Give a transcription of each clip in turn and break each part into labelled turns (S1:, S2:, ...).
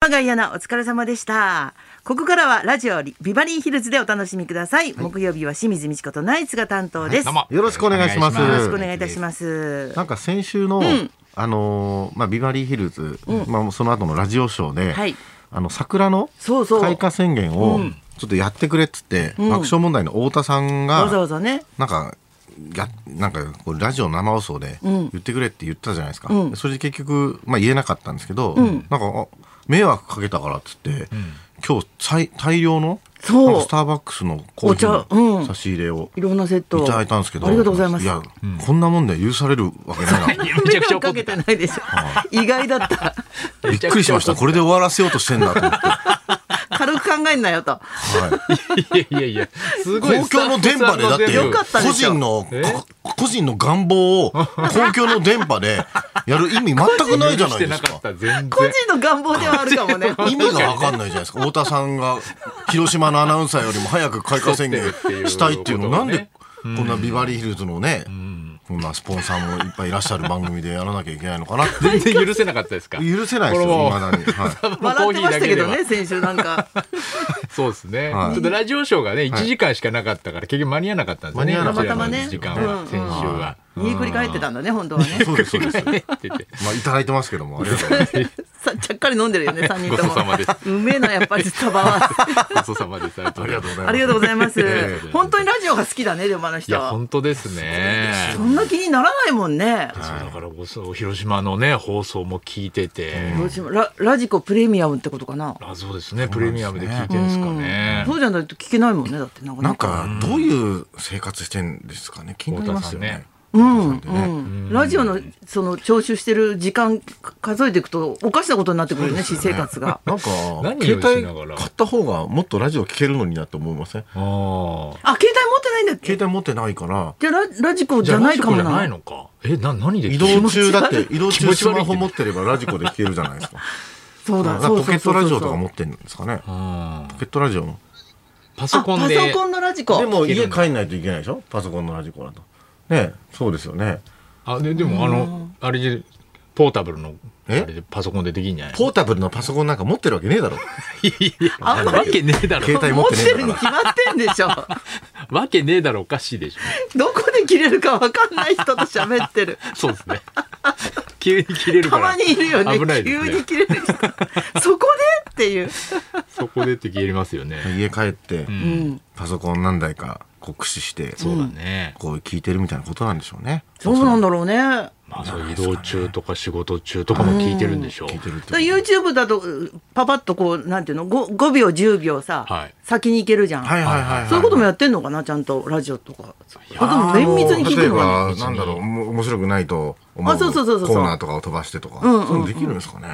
S1: 永井アナお疲れ様でしたここからはラジオビバリーヒルズでお楽しみください、木曜日は清水美智子とナイツが担当です、
S2: どうも
S3: よろしくお願いします
S1: よ
S3: よ
S1: ろしくお願いいたします
S3: なんか先週の、あのーまあ、ビバリーヒルズ、まあ、その後のラジオショーで、
S1: はい
S3: あの桜の
S1: そうそう
S3: 開花宣言をちょっとやってくれっつって、爆笑問題の太田さん
S1: どうぞど
S3: が、
S1: うぞね
S3: なんかやなんかこうラジオ生放送で言ってくれって言ったじゃないですか、それで結局、まあ、言えなかったんですけど、なんかあ迷惑かけたからっつって、今日さい大量の
S1: そう
S3: なんかスターバックスのコーヒ
S1: お茶う
S3: ー
S1: ん
S3: の差し入れを
S1: いろんなセット
S3: いただいたんですけど
S1: ありがとうございます
S3: や、こんなもんで許されるわけないな
S2: めちゃくちゃ怒
S1: か
S2: っ
S1: け
S2: て
S1: て
S2: た。
S1: ないでしょ意外だった
S3: びっくりしましたこれで終わらせようとしてんだと思って、
S1: 軽く考えんなよと
S3: はい
S2: いやいやいや、すごい。
S3: 公共の電波でだって
S1: よかったで
S3: 個
S1: しょ
S3: 人の
S2: え
S3: こ個人の願望を公共の電波でやる意味全くないじゃな
S2: 許し
S3: いです
S2: てなか
S3: か
S2: った、全然。
S1: 個人の願望ではあるかも ね
S3: 意味が分かんないじゃないですか太田さんが広島のアナウンサーよりも早く開花宣言したいっていうのなんでこんなビバリーヒルズのね、こんなスポンサーもいっぱいいらっしゃる番組でやらなきゃいけないのかなって
S2: 全然許せなかったですか。
S3: 許せないです
S2: これ
S3: よ未
S2: も
S3: だ
S1: 笑
S3: に、はい
S1: ってましたけど
S2: コーヒーだけ
S1: ね先週なんか
S2: そうですね。ち
S3: はい
S2: ょっとラジオショーがね、1時間しかなかったから、結局間に合わなかったんですよね。
S3: 間に合わなかった
S1: たまたまね
S2: 時間
S1: う
S2: は、
S1: ん
S2: 先週は。
S1: 煮えくり返ってたんだね本当はね
S3: そうですそう です
S2: って言って
S3: まあ、いただいてますけども、ありがとうございます。
S1: さちゃっかり飲んでるよね三人とも
S2: ごちそうさまです
S1: うめえなやっぱりスタバは
S2: ごちそうさまです。ありがとうご
S3: あり
S2: ざい
S3: が
S2: ま
S3: と
S2: す
S3: うございます。
S1: ありがとうございます
S2: ええ
S1: 本当にラジオが好きだねでもあの
S2: い
S1: 人
S2: や、
S1: は
S2: 本当ですね。
S1: そんな気にならないもんね
S2: そうだから、そう広島のね、放送も聞いてて。
S1: どうしようララジコプレミアムってことかな
S2: あ、そうですね。プレミアムで聞いてるんですかね
S1: そ。うじゃないと聞けないもんねだってなか
S3: な
S1: なんか
S3: か、どういう生活してんですかね、気になりますよね。
S1: うん
S3: 太田さんってね
S1: うんラジオのその聴取してる時間か数えていくとおかしなことになってくるよね私生活が
S3: なんか
S2: 何、を
S3: 携
S2: しなが
S3: 帯
S2: ら
S3: 買った方がもっとラジオ聞けるのになって思いません
S2: ああ。
S1: あ携帯持ってないんだっけ
S3: 携帯持ってないから、
S1: じゃあララジコじゃないかも
S2: じゃな
S1: ない
S2: のか。え、な、何で聞い
S3: 移
S2: てる
S3: 動中だって、移動
S2: 気
S3: 中
S2: 持ち
S3: ス
S2: 悪い
S3: マホ持ってればラジコで聞けるじゃないですか。
S1: そうだ
S3: なんか
S1: そう
S3: ポ
S1: そ
S3: ケ
S1: う
S3: ット
S1: そう
S3: ラジ
S1: そう
S3: オとか持ってるんですかね。
S2: うん
S3: ポケットラジオの。
S2: パソ
S1: あ
S2: コン
S1: パ
S2: で。
S1: ソコンのラジコ
S3: でも
S2: 聞ける
S3: 家
S2: んだ
S3: 帰んないといけないでしょパソコンのラジコだと。ねそうですよね。
S2: あ、で、でも、あの、あれで、ポータブルの、あ
S3: え
S2: れでパソコンでできんじゃない
S3: ポータブルのパソコンなんか持ってるわけねえだろ。
S2: あわけねえだろ。
S3: 携帯持
S1: 持
S3: っ
S1: って
S3: ね
S1: て
S3: え
S1: る
S3: ん
S1: に
S3: だか
S1: 決まってんでしょ
S2: わけねえだろ、おかしいでしょ。
S1: どこで切れるか分かんない人と喋ってる
S2: そうですね。急に切れる
S1: た
S2: から。
S1: まにいるよね
S2: 危ないです
S1: 急
S2: ね
S1: に。切れる人そこでっていう、
S2: そこでって消えますよ
S3: ら。
S2: ね。
S3: 家帰って、
S1: うん、
S3: パソコン何台かこう駆使して、
S2: そうだね。
S3: こう聞いてるみたいなことなんでしょうね。
S1: そうなんだろうねだ
S2: まあ、そう移動中とか仕事中とかも聞いてるんでしょう。
S3: 聞いてるって
S1: から YouTube だとパパッとこうなんていうの 5, 5秒10秒さ、
S2: はい
S1: 先に行けるじゃん、
S3: はいはいはい、はい。
S1: そういうこともやってんのかなちゃんとラジオとかあでも綿密に聞いてるのかな
S3: 例えば、なんだろう、も面白くないと思う
S1: あそうそうそうそう
S3: コーナーとかを飛ばしてとか、
S1: んうんうん
S3: そういうのできるんですかね。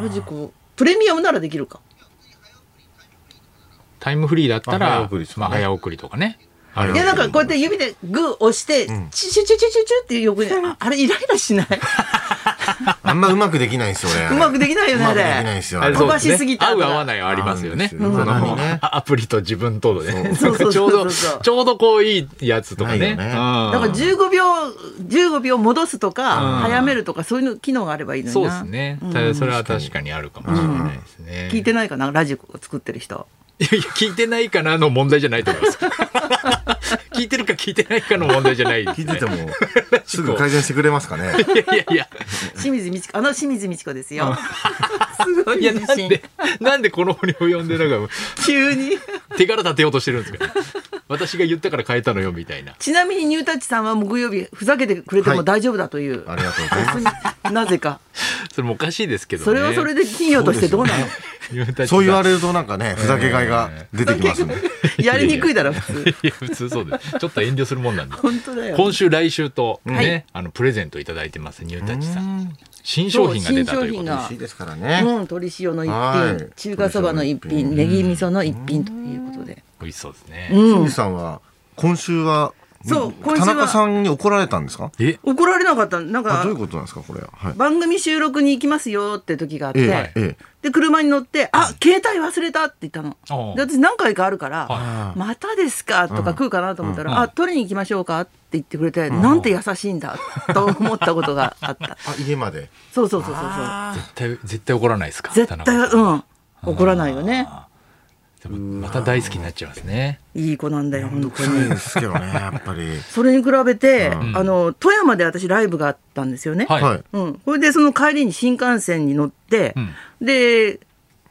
S1: ラジコプレミアムならできるか
S2: タイムフリーだった
S3: あ早
S2: ら
S3: 送りです、ね
S2: まあ、早送りとかね。
S1: い
S3: あ
S1: やなんかこうやって指でグー押して、チュチュチュチュチュチュっていう横にああれイライラしない
S3: あんまうまくできないんですよね。あ
S1: う
S3: れ
S1: まくできないよねあ
S3: うまくできないん
S1: れ
S3: ですよ。
S2: あ
S3: あ
S2: れ
S3: れ
S2: そ
S1: 飛
S2: うで
S1: ば
S2: すね
S1: しすぎた
S2: 合
S1: と
S2: う
S1: か
S2: 合わないはありますよね。そ
S3: うんそう
S2: の
S3: そうね
S2: アプリと自分とでね。
S1: そうそう
S2: ちょう
S1: そう
S2: ど、
S1: そう
S2: ちょうどこういいやつとか
S3: ない
S2: ね。
S3: よね
S2: うん
S1: だから15秒15秒戻すとか、
S2: うん
S1: 早めるとかそういうの機能があればいいのに
S2: そうで
S1: な
S2: すね
S1: うん。
S2: たそれは確かにあるかもしれないですね。
S1: 聞いてないかなラジオ作ってる人
S2: いやいや聞いてないかなの問題じゃないと思います。 聞いてるか聞いてないかの問題じゃないです
S3: 聞い
S2: ね。
S3: てても、 すぐ改善してくれますか ね。
S2: いやいや
S1: 清水美智子あの清水美智子ですよ すごい
S2: いや、い
S1: 自
S2: やなん
S1: 信
S2: で、なんでこの俺を呼んでなんか
S1: 急に
S2: 手柄立てようとしてるんですか。私が言ったから変えたのよみたいな。
S1: ちなみにニュータッチさんは木曜日ふざけてくれて
S3: は
S1: も
S3: い
S1: 大丈夫だという、
S3: ありがとうございます。
S1: なぜか
S2: それもおかしいですけどね。
S1: それはそれで企業としてどうなの
S2: 言うたちさん。
S3: そう言われるとなんかね、ふざけがいが出てきますね。
S1: やりにくいだろ普通
S2: いや普通そうです。ちょっと遠慮するもんなんで。
S1: 本当だよ
S2: 今週来週とね、
S1: はい
S2: あのプレゼントいただいてますニュータッチさん。新商品が出たという
S1: そう
S2: ことで
S1: 新商
S2: す。
S1: 品
S3: いいですからね。
S1: うん、鶏塩の一
S3: は
S1: 品
S3: い、
S1: 中華そばの一
S3: う
S1: 品、
S3: ん
S1: ネギ味噌の一品ということで。
S2: 美味しそうですね。
S1: う
S3: 清
S1: ん
S3: 水、さんは、今週は
S1: そう今
S3: 田
S1: 週
S3: 中
S1: は
S3: さんに怒られたんですか
S2: え
S1: 怒られなかったなん
S3: あ
S1: か
S3: どういうことなんですかこれは、はい、
S1: 番組収録に行きますよって時があって、
S3: ええええ
S1: で車に乗って「あ携帯忘れた」って言ったの
S2: ああ
S1: で私何回かあるから「
S2: は
S1: またですか?」とか食うかなと思ったら「
S2: うん
S1: あ取りに行きましょうか?」って言ってくれて、なんて優しいんだと思ったことがあった
S3: あ家まで
S1: そうそうそうそうそう
S2: 絶対絶対怒らないですか
S1: 絶対
S2: 田中さん
S1: うん怒らないよね
S2: でもまた大好きになっちゃいますね
S1: いい子なんだよ本当
S3: いい
S1: に
S3: ですけどねやっぱり
S1: それに比べて、
S2: ん
S1: あの富山で私ライブがあったんですよね、
S2: はい、
S3: はい
S1: うん、それでその帰りに新幹線に乗って、で、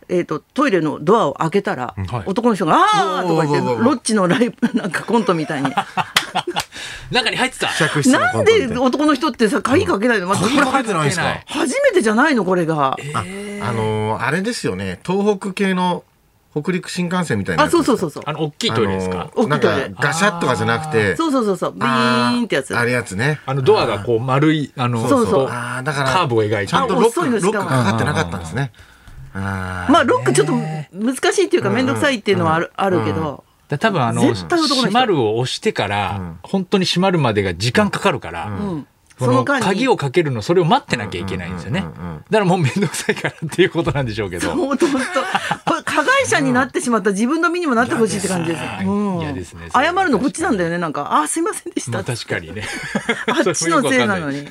S1: えー、とトイレのドアを開けたら、
S2: はい
S1: 男の人が「ああ!」とか言って
S3: うわうわうわうわ
S1: ロッチのライブなんかコントみたいに
S2: 中に入ってた
S3: 試着室の
S1: なん
S3: コントみ
S1: で
S3: たい
S1: 男の人ってさ鍵かけないの、まあ、こ
S3: 鍵
S1: れ
S3: かけてないんです
S2: 入
S3: か
S2: って
S1: 初めてじゃないのこれが。
S3: あのーあれですよね東北系の北陸新幹線みたいな
S1: あ
S3: やつ
S1: そうそうそうそう。
S2: あの大きいトイレですか、
S3: あのー
S1: 大きいトイレ
S3: なんかガシャッとかじゃなくて
S1: そうそうそうそうビーンってやつ。
S3: あーあれやつね
S2: あのドアがこう丸いあの
S1: そうそう
S2: こ
S3: あーだから
S2: カーブを描い
S3: ち
S2: て
S3: ゃん
S2: る
S3: とロッ
S1: 遅
S3: ク
S1: いのし
S3: ロッ
S1: かも
S3: クかかってなかったんですねあー
S1: まあロックちょっと難しいっていうか面倒くさいっていうのはある,、あるけど、
S2: で多分あの
S1: 絶対男の人
S2: 閉まるを押してから、本当に閉まるまでが時間かかるから、
S1: うん
S2: そ
S1: その
S2: の
S1: 間に
S2: 鍵をかけるのそれを待ってなきゃいけないんですよね、だからもう面倒くさいからっていうことなんでしょうけど
S1: 本当本当これ加害者になってしまった自分の身にもなってほしいって感じです。
S2: 嫌ですね
S1: うん
S2: 嫌ですね
S1: 謝るのこっちなんだよねなんかあーすいませんでし
S2: ま
S1: た
S2: あ。確かにね
S1: あっちのせいなのに。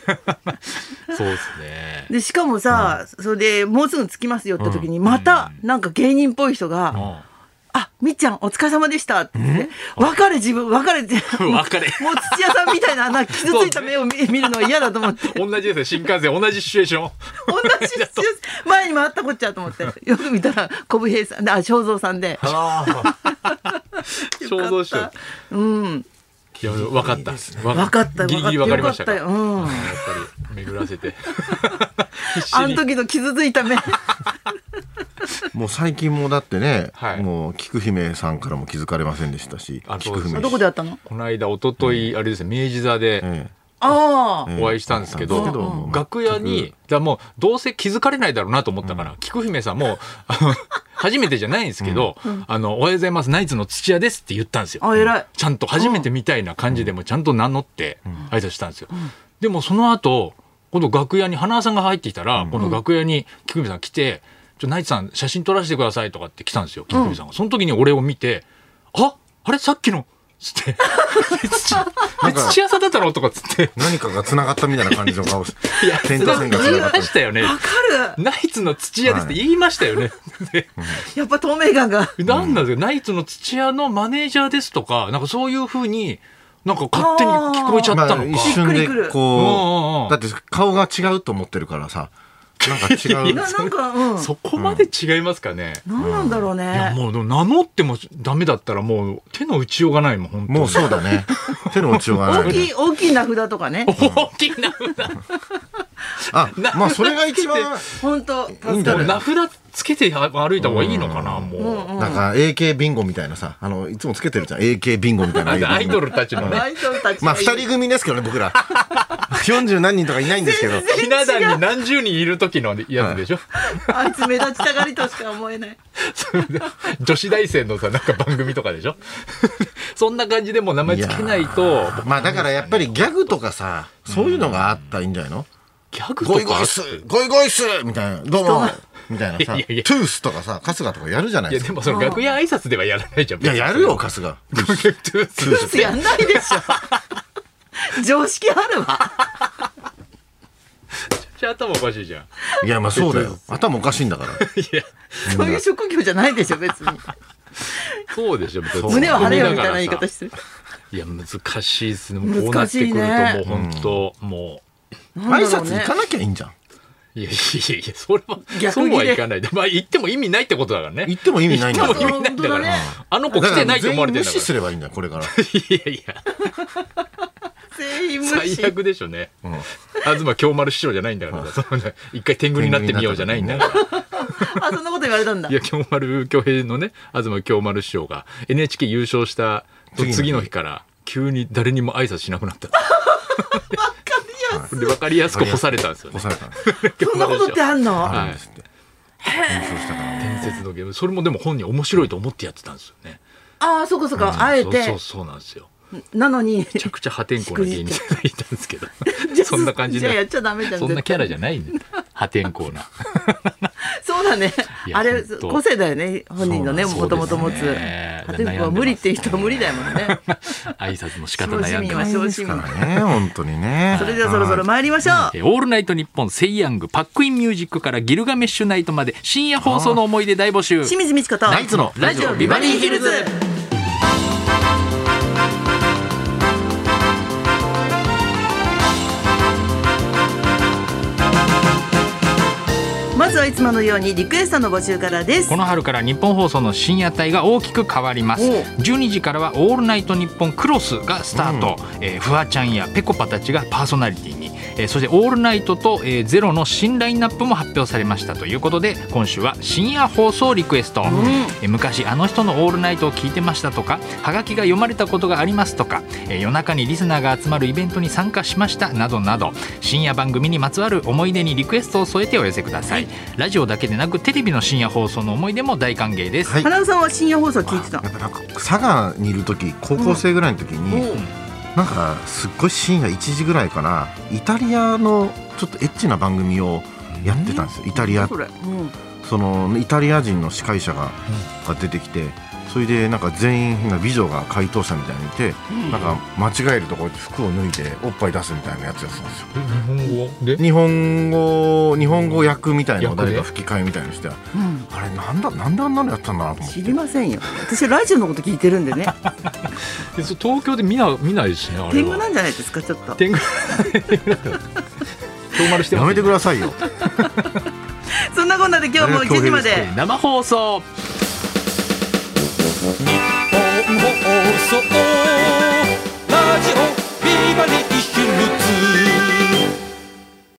S2: そうですね
S1: でしかもさ、それでもうすぐ着きますよって時に、またなんか芸人っぽい人が「
S2: うん
S1: あみっちゃんお疲れ様でした」って言って「別れ自分別 れ」って
S2: うん別れ
S1: もう土屋さんみたいななんか傷ついた目を見見るのは嫌だと思 って
S2: 同じですよ新幹線同じシチュエーション
S1: 同じ土屋さん前にもあったこっちゃと思ってよく見たら小武平さんであ正蔵さんで
S2: 想像して
S1: うん
S2: いや分かった
S1: 分
S2: 分
S1: かった
S2: ギリギリ分かりましたか
S1: よかったようん
S2: やっぱり巡ら せて必死
S1: あの
S2: に
S1: 時の傷つい た目
S3: もう最近もだってね、
S2: はい
S3: もう菊姫さんからも気づかれませんでしたし
S2: あそう
S3: 菊
S2: です
S3: 姫
S1: どこでやったの
S2: この間一昨日あれですね明治座で
S3: え
S1: ああ
S3: え
S2: お会いしたんですけど
S3: うんうんうんうん
S2: 楽屋にじゃあもうどうせ気づかれないだろうなと思ったから菊姫さんも あの初めてじゃないんですけど「あのおはようございますナイツの土屋です」って言ったんですよ
S1: あ偉い
S2: ちゃんと初めてみたいな感じでもちゃんと名乗って挨拶したんですよ。でもその後、今度楽屋に花輪さんが入ってきたら、この楽屋に菊見さん来て、ちょ、ナイツさん写真撮らせてくださいとかって来たんですよ、菊見さんが。その時に俺を見て、ああれさっきのつ って、え土え土屋さんだったのとかつって、
S3: 何かが繋がったみたいな感じの顔して点と線が
S2: 言
S3: 繋
S2: い
S3: がっ
S2: ま
S3: た
S2: したよね。
S1: わかる
S2: ナイツの土屋ですって言いましたよね。で
S1: やっぱ透明感が
S2: なんなんですか、ナイツの土屋のマネージャーですとか、なんかそういうふうに、なんか勝手に聞こえちゃったのか。
S3: まあ、一瞬
S1: しっ
S3: で
S1: くりくる
S2: うんうんう
S3: こ
S2: ん
S3: うだって顔が違うと思ってるからさなんか違う
S1: ななんかうん
S2: そこまで違いますかね。
S1: 何なんだろう
S2: いや
S1: ね
S2: もうでも名乗ってもダメだったらもう手の打ちようがないもん本当に
S3: もうそうだね手の打ちようがな
S1: 大
S3: い
S1: き
S3: ね
S1: い大きい名札とかね
S2: 大きな 札
S3: あまあそれが一番
S1: 本当助
S3: いいん
S1: か
S3: だ
S1: る
S3: よ
S2: 名札つけて歩いた方がいいのかなもう、
S3: なんか AK ビンゴみたいなさあのいつもつけてるじゃん AK ビンゴみたい な
S2: あのアイドルたちのね
S1: アイドルたち
S3: まあ2人組ですけどね僕ら40何人とかいないんですけど
S2: ひな壇に何十人いる時のやつでしょ、
S1: あいつ目立ちたがりとしか思えない
S2: それで女子大生のさなんか番組とかでしょ そんな感じでもう名前つけないと
S3: まあだからやっぱりギャグとかさそういうのがあったらいいんじゃないの
S2: ギャグとか
S3: ゴイゴイスーゴイゴイスーみたいなどうもみたいなさ
S2: いやいや
S3: トゥースとかさ春日とかやるじゃない
S2: いや
S3: です
S2: で
S3: か
S2: もその楽屋挨拶ではやらないじゃん
S3: いややるよ春日
S2: トゥース
S1: クスやんないでしょ常識あるわ
S2: じゃあ頭おかしいじゃん
S3: いやまあそうだよ頭おかしいんだから
S2: いや
S1: そういう職業じゃないでしょ別に
S2: そうでしょ別に
S1: 胸を張れよみたいな言い方してる
S2: いや難しいですね。もうこうな
S1: 難
S2: ってく
S1: し
S2: る
S1: い
S2: と
S1: ね
S2: もう本当、も
S1: なん
S3: 挨
S1: だろう
S3: 拶
S1: ね
S3: 行かなきゃいいんじゃん
S2: ういやいやいやそれは
S1: 逆
S2: そう
S1: にね
S2: はいかないでまあ言っても意味ないってことだからね。
S3: 行っても意味ないんだ
S2: 行っ
S3: から
S2: ても意味ないんだか
S1: 本
S2: ら。
S1: 当だね
S2: あの子来てないと思われてるん
S3: だから全員無
S2: だ
S3: 視す
S2: か
S3: ればいいんだよこれから
S2: ら。いやいや
S1: 全員無視
S2: 最悪でしょうね。東京丸師匠じゃないんだからそのね一回天狗になってみようじゃないんだから。
S1: あそんなこと言われたんだ
S2: いや京丸京平のね東京丸師匠が NHK 優勝した次の日から急に誰にも挨拶しなくなった。で分かりやすく干されたんですよね
S3: 干。されたんです
S1: そんなことってあんの
S3: あるんですって
S2: 伝説のゲームそれもでも本人面白いと思ってやってたんですよね
S1: ああそこそこあえ
S2: そうそう
S1: て
S2: そうなんですよ
S1: なのに
S2: めちゃくちゃ破天荒な芸人がいたんですけど
S1: じゃあ
S2: そんな感じ
S1: じゃあや
S2: で
S1: っちゃダメじゃん
S2: そんなキャラじ
S1: ゃ
S2: ゃないね破天荒な
S1: そうだね
S2: いや
S1: あれ
S2: 本当
S1: 個性だよね本人のね
S2: そう
S1: もと
S2: なん
S1: も
S2: です
S1: と
S2: よ
S1: 持つ
S2: ね
S1: 破天荒は無理っていう人は無理だよね
S2: 挨拶の仕方
S1: 楽し
S2: 悩ん
S1: み
S2: で
S1: は
S2: ます
S1: 正真
S3: ね本当にね
S1: それではそろそろ参りましょう
S2: えーオールナイトニッポンセイヤングパックインミュージックからギルガメッシュナイトまで深夜放送の思い出大募集
S1: 清水美智子と
S3: ナイツの
S2: ラジオビバリーヒルズ
S1: まずはいつものようにリクエストの募集からです
S2: この春から日本放送の深夜帯が大きく変わります
S1: おう
S2: 12時からは「オールナイトニッポンクロス」がスタート、えーフワちゃんやぺこぱたちがパーソナリティに、えーそして「オールナイト」と「えーゼロの新ラインナップも発表されましたということで今週は深夜放送リクエスト、えー昔あの人の「オールナイト」を聞いてましたとかはがきが読まれたことがありますとか、えー夜中にリスナーが集まるイベントに参加しましたなどなど深夜番組にまつわる思い出にリクエストを添えてお寄せください、ラジオだけでなくテレビの深夜放送の思い出も大歓迎です、
S3: はい
S1: 花尾さんは深夜放送聞いてた
S3: やっぱなんか佐賀にいる時高校生ぐらいの時に、
S1: おう
S3: なんかすっごい深夜1時ぐらいかなイタリアのちょっとエッチな番組をやってたんですよイタリア
S1: それうん
S3: そのイタリア人の司会者が,、が出てきてそれでなんか全員が美女が回答者みたいにいて、なんか間違えるとこう服を脱いでおっぱい出すみたいなやつやってたんですよ
S2: 日本語で
S3: 日本語日本語訳みたいなのを誰か
S2: 訳
S3: 吹き替えみたいにしてあ
S1: うん
S3: れなんだなんであんなのやってたんだなと思って
S1: 知りませんよ私はラジオのこと聞いてるん でね
S2: でそう東京で見な見ないですねあれ
S1: 天狗な
S2: は
S1: んじゃないですかちょっと
S2: 天狗 遠丸して
S3: や
S2: ます
S3: めてくださいよ
S1: そんなこんなで今日も1時まで
S2: 生放送日本放送ラジオビバリー